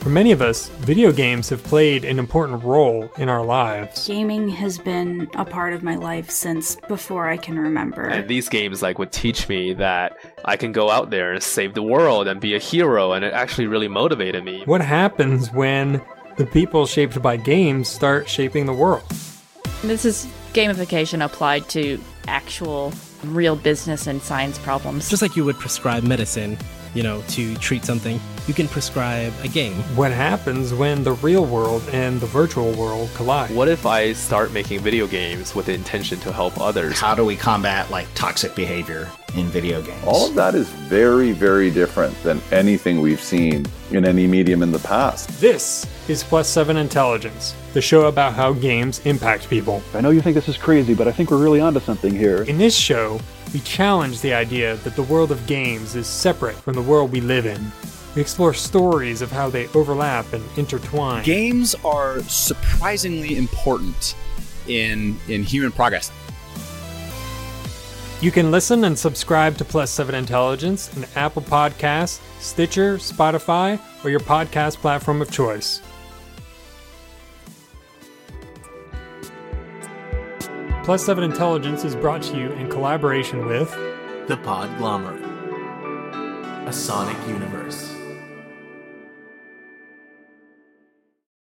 For many of us, video games have played an important role in our lives. Gaming has been a part of my life since before I can remember. And these games like would teach me that I can go out there and save the world and be a hero, and it actually really motivated me. What happens when the people shaped by games start shaping the world? This is gamification applied to actual real business and science problems. Just like you would prescribe medicine, you know, to treat something, you can prescribe a game. What happens when the real world and the virtual world collide? What if I start making video games with the intention to help others? How do we combat like toxic behavior in video games? All of that is very, very different than anything we've seen in any medium in the past. This is Plus 7 Intelligence, the show about how games impact people. I know you think this is crazy, but I think we're really onto something here. In this show, we challenge the idea that the world of games is separate from the world we live in. We explore stories of how they overlap and intertwine. Games are surprisingly important in in human progress. You can listen and subscribe to Plus 7 Intelligence in Apple Podcasts, Stitcher, Spotify, or your podcast platform of choice. Plus 7 Intelligence is brought to you in collaboration with The Podglomerate. A Sonic Universe.